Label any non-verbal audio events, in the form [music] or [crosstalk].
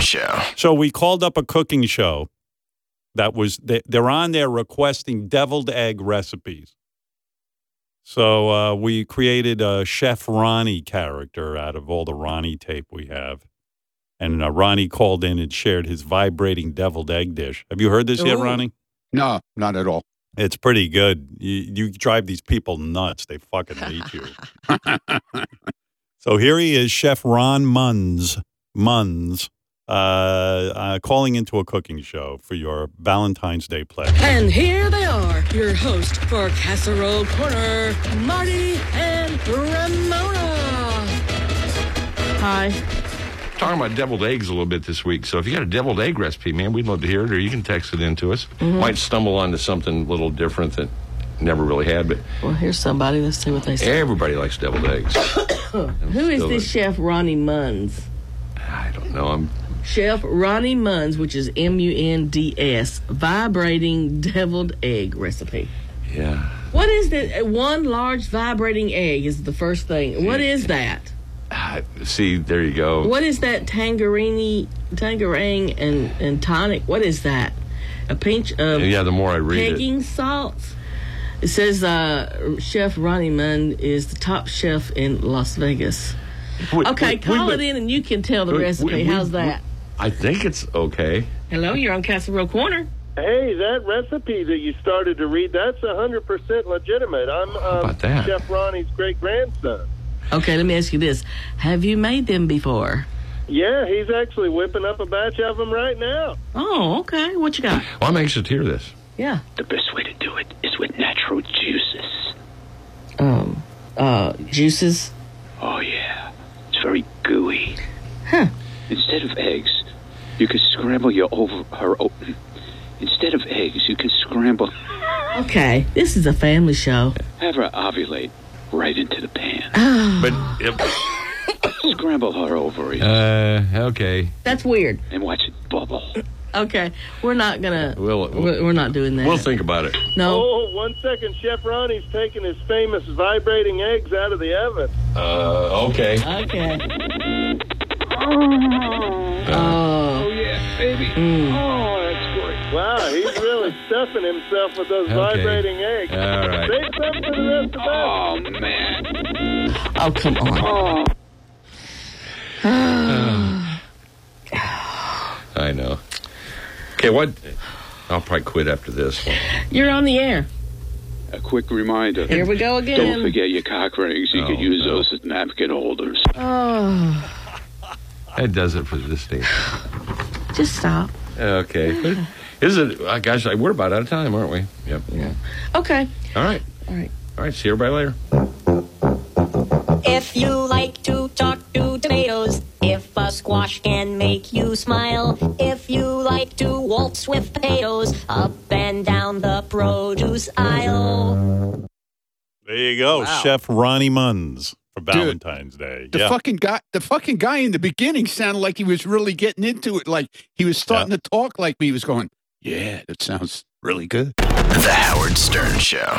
show. So we called up a cooking show that was they, they're on there requesting deviled egg recipes. So uh, we created a Chef Ronnie character out of all the Ronnie tape we have. And uh, Ronnie called in and shared his vibrating deviled egg dish. Have you heard this yet, Ooh. Ronnie? No, not at all. It's pretty good. You, you drive these people nuts. They fucking hate you. So here he is, Chef Ron Munns, Munns, uh, uh, calling into a cooking show for your Valentine's Day pledge. And here they are, your host for Casserole Corner, Marty and Ramona. Hi. Talking about deviled eggs a little bit this week. So if you got a deviled egg recipe, man, we'd love to hear it, or you can text it in to us. Mm-hmm. Might stumble onto something a little different that never really had, but Well, here's somebody. Let's see what they say. everybody likes deviled eggs. Who is Still this is. chef Ronnie Munns? I don't know. I'm Chef Ronnie Munns, which is M U N D S, vibrating deviled egg recipe. yeah. What is that? One large vibrating egg is the first thing. What is that? Ah, See, there you go. What is that tangerine, tangerang, and, and tonic? What is that? A pinch of Yeah, the more I read it. pegging salts. It says uh, Chef Ronnie Munn is the top chef in Las Vegas. We- Okay, we- call we- it in and you can tell the we- recipe. we- How's we- that? I think it's okay. Hello, you're on Casserole Corner. Hey, that recipe that you started to read, that's 100% legitimate. I'm um, about that? Chef Ronnie's great grandson. Okay, let me ask you this: Have you made them before? Yeah, he's actually whipping up a batch of them right now. Oh, okay. What you got? Well, I'm anxious to hear this. Yeah. The best way to do it is with natural juices. Um. Uh. Juices. Oh, yeah. It's very gooey. Huh. Instead of eggs, you can scramble your over her open. Instead of eggs, you can scramble. Okay. This is a family show. Have her ovulate right into the pan. [gasps] But Oh. Scramble her ovaries uh, okay, That's weird. and watch it bubble. Okay, we're not gonna. We'll- we're, we're not doing that. we'll think about it. no. Oh, one second. Chef Ronnie's taking his famous vibrating eggs out of the oven. Uh, okay. Okay. Oh. Wow, he's really stuffing himself with those Okay. vibrating eggs. All right. Save some for the rest of us. Oh, man. Oh, come on. I know. Okay, what? I'll probably quit after this one. You're on the air. A quick reminder. Here we go Don't again. forget your cock rings. You Oh, could use no. those as napkin holders. Oh, That does it for this day. just stop. Okay. But Is it? Uh, gosh, I- we're about out of time, aren't we? Yep. Okay. All right. All right. All right. See everybody later. If you like to talk to tomatoes, if a squash can make you smile, if you like to waltz with potatoes, up and down the produce aisle. There you go, Chef Ronnie Munns for Valentine's Day. The yeah. fucking guy, the fucking guy in the beginning sounded like he was really getting into it. Like he was starting to talk like me. He was going, "Yeah, that sounds really good." The Howard Stern Show.